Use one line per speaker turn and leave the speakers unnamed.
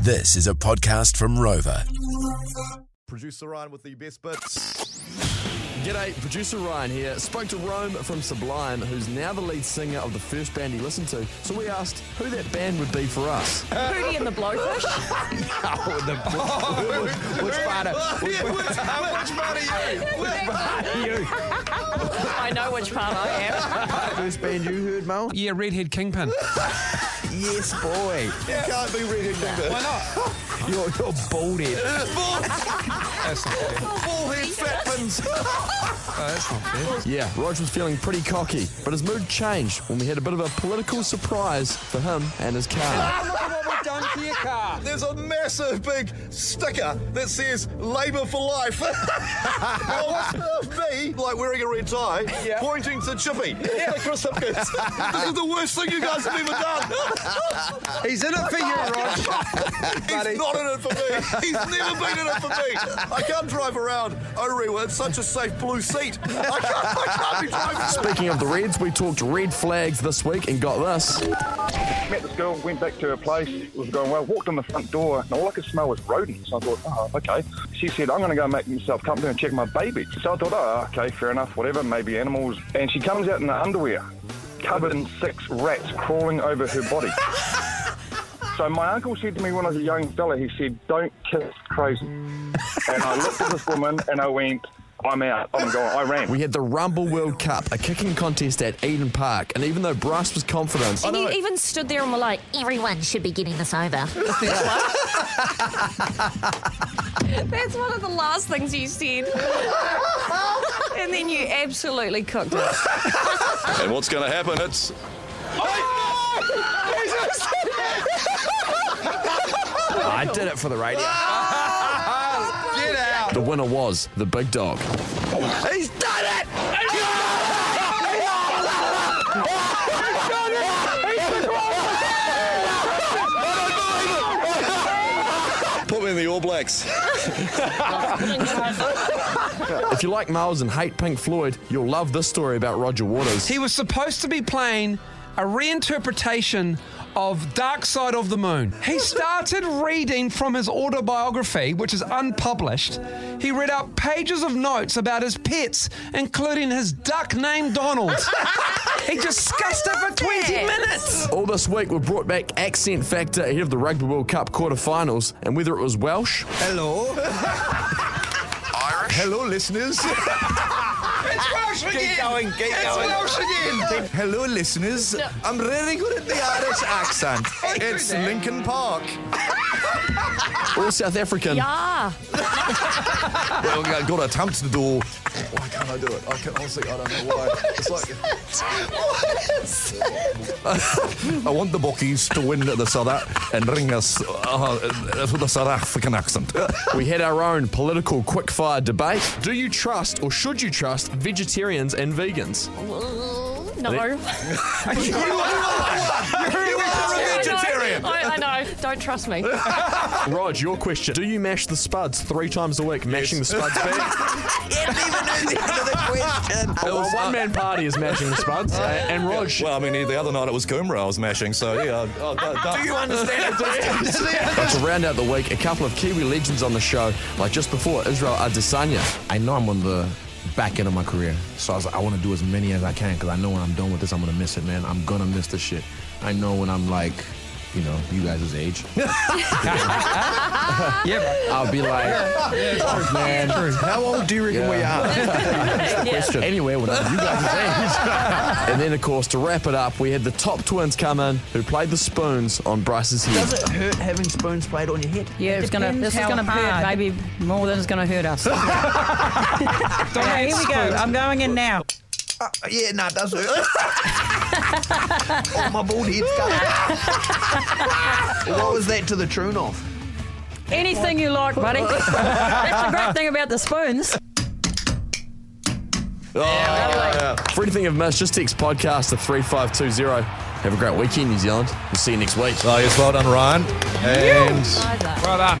This is a podcast from Rover.
Producer Ryan with the best bits. G'day, producer Ryan here. Spoke to Rome from Sublime, who's now the lead singer of the first band he listened to. So we asked who that band would be for us.
Hootie and the Blowfish.
Which part of- which-
I know which part I am.
First band you heard, Mel?
Yeah, redhead kingpin.
Yes, boy. You can't be Redhead Kingpin. Why not? You're, you're bald head.
That's not fair. Oh, that's not fair.
Yeah, Rog was feeling pretty cocky, but his mood changed when we had a bit of a political surprise for him and his car.
There's a massive big sticker that says Labour for Life. of me, like wearing a red tie, pointing to Chippy, the crucifix. this is the worst thing you guys have ever done.
He's in it for you, Rog.
He's not in it for me. He's never been in it for me. I can't drive around Orewa. It's such a safe blue seat. I can't, I can't be driving.
Speaking of the Reds, we talked red flags this week and got this.
Met this girl, went back to her place, it was going well, walked in the front door, and all I could smell was rodents. I thought, oh, okay. She said, I'm going to go make myself comfortable and check my baby. So I thought, oh, okay, fair enough, whatever, maybe animals. And she comes out in her underwear, covered in six rats crawling over her body. So my uncle said to me when I was a young fella, he said, don't kiss crazy. And I looked at this woman and I went, I'm out, I'm going, I ran.
We had the Rumble World Cup, a kicking contest at Eden Park, and even though Bryce was confident,
And you even stood there and were like, everyone should be getting this over.
That's one of the last things you said. and then you absolutely cooked it.
And what's going to happen? It's
I did it for the radio. Get Ah, out! The winner was the big dog. He's done it!
put me in the All Blacks.
If you like Miles and hate Pink Floyd, you'll love this story about Roger Waters.
He was supposed to be playing a reinterpretation of Dark Side of the Moon. He started reading from his autobiography, which is unpublished. He read out pages of notes about his pets, including his duck named Donald. he discussed it for 20
that.
minutes.
All this week, we brought back Accent Factor ahead of the Rugby World Cup quarterfinals, and whether it was Welsh,
Hello. Irish. Hello, listeners.
It's Welsh again.
keep
It's Welsh again.
Hello, listeners. I'm really good at the Irish accent.
Oh,
It's Lincoln Park.
all South African,
Yeah.
Well, I got a attempt to do. Why can't I do it? I can honestly, I don't know why. It's like. I want the Bockies to win the South and ring us uh, with a South African accent.
we had our own political quickfire debate. Do you trust or should you trust vegetarians and vegans?
No.
vegetarian.
I, I know. Don't trust me.
Rog, your question. Do you mash the spuds three times a week, mashing the spuds back? Well, a one man party is mashing the spuds. uh, and Rog,
Well, I mean, the other night it was Coomera I was mashing, so yeah. Oh, da, da. Do you understand?
But to round out the week, a couple of Kiwi legends on the show, like just before Israel Adesanya.
I know I'm on the back end of my career. So I was like, I want to do as many as I can because I know when I'm done with this, I'm going to miss it, man. I'm going to miss this shit. I know when I'm like, you know, you guys' age.
Yep.
I'll be like, man,
How old do you reckon we are?
yeah.
anyway, when I'm you guys' age.
And then, of course, to wrap it up, we had the top twins come in who played the spoons on Bryce's head.
Does it hurt having spoons played on your head?
Yeah, it's gonna.
Depends
This is
how
gonna
hard.
hurt maybe more than it's gonna hurt us. okay, here we go. I'm going in now.
yeah, no, it does hurt. oh, my bald head's gone. what was that to the tune off?
Anything you like, buddy. That's the great thing about the spoons.
Oh,
For anything you've missed, just text podcast to 3520. Have a great weekend, New Zealand. We'll see you next week.
Oh, yes, well done, Ryan. And.
Well done.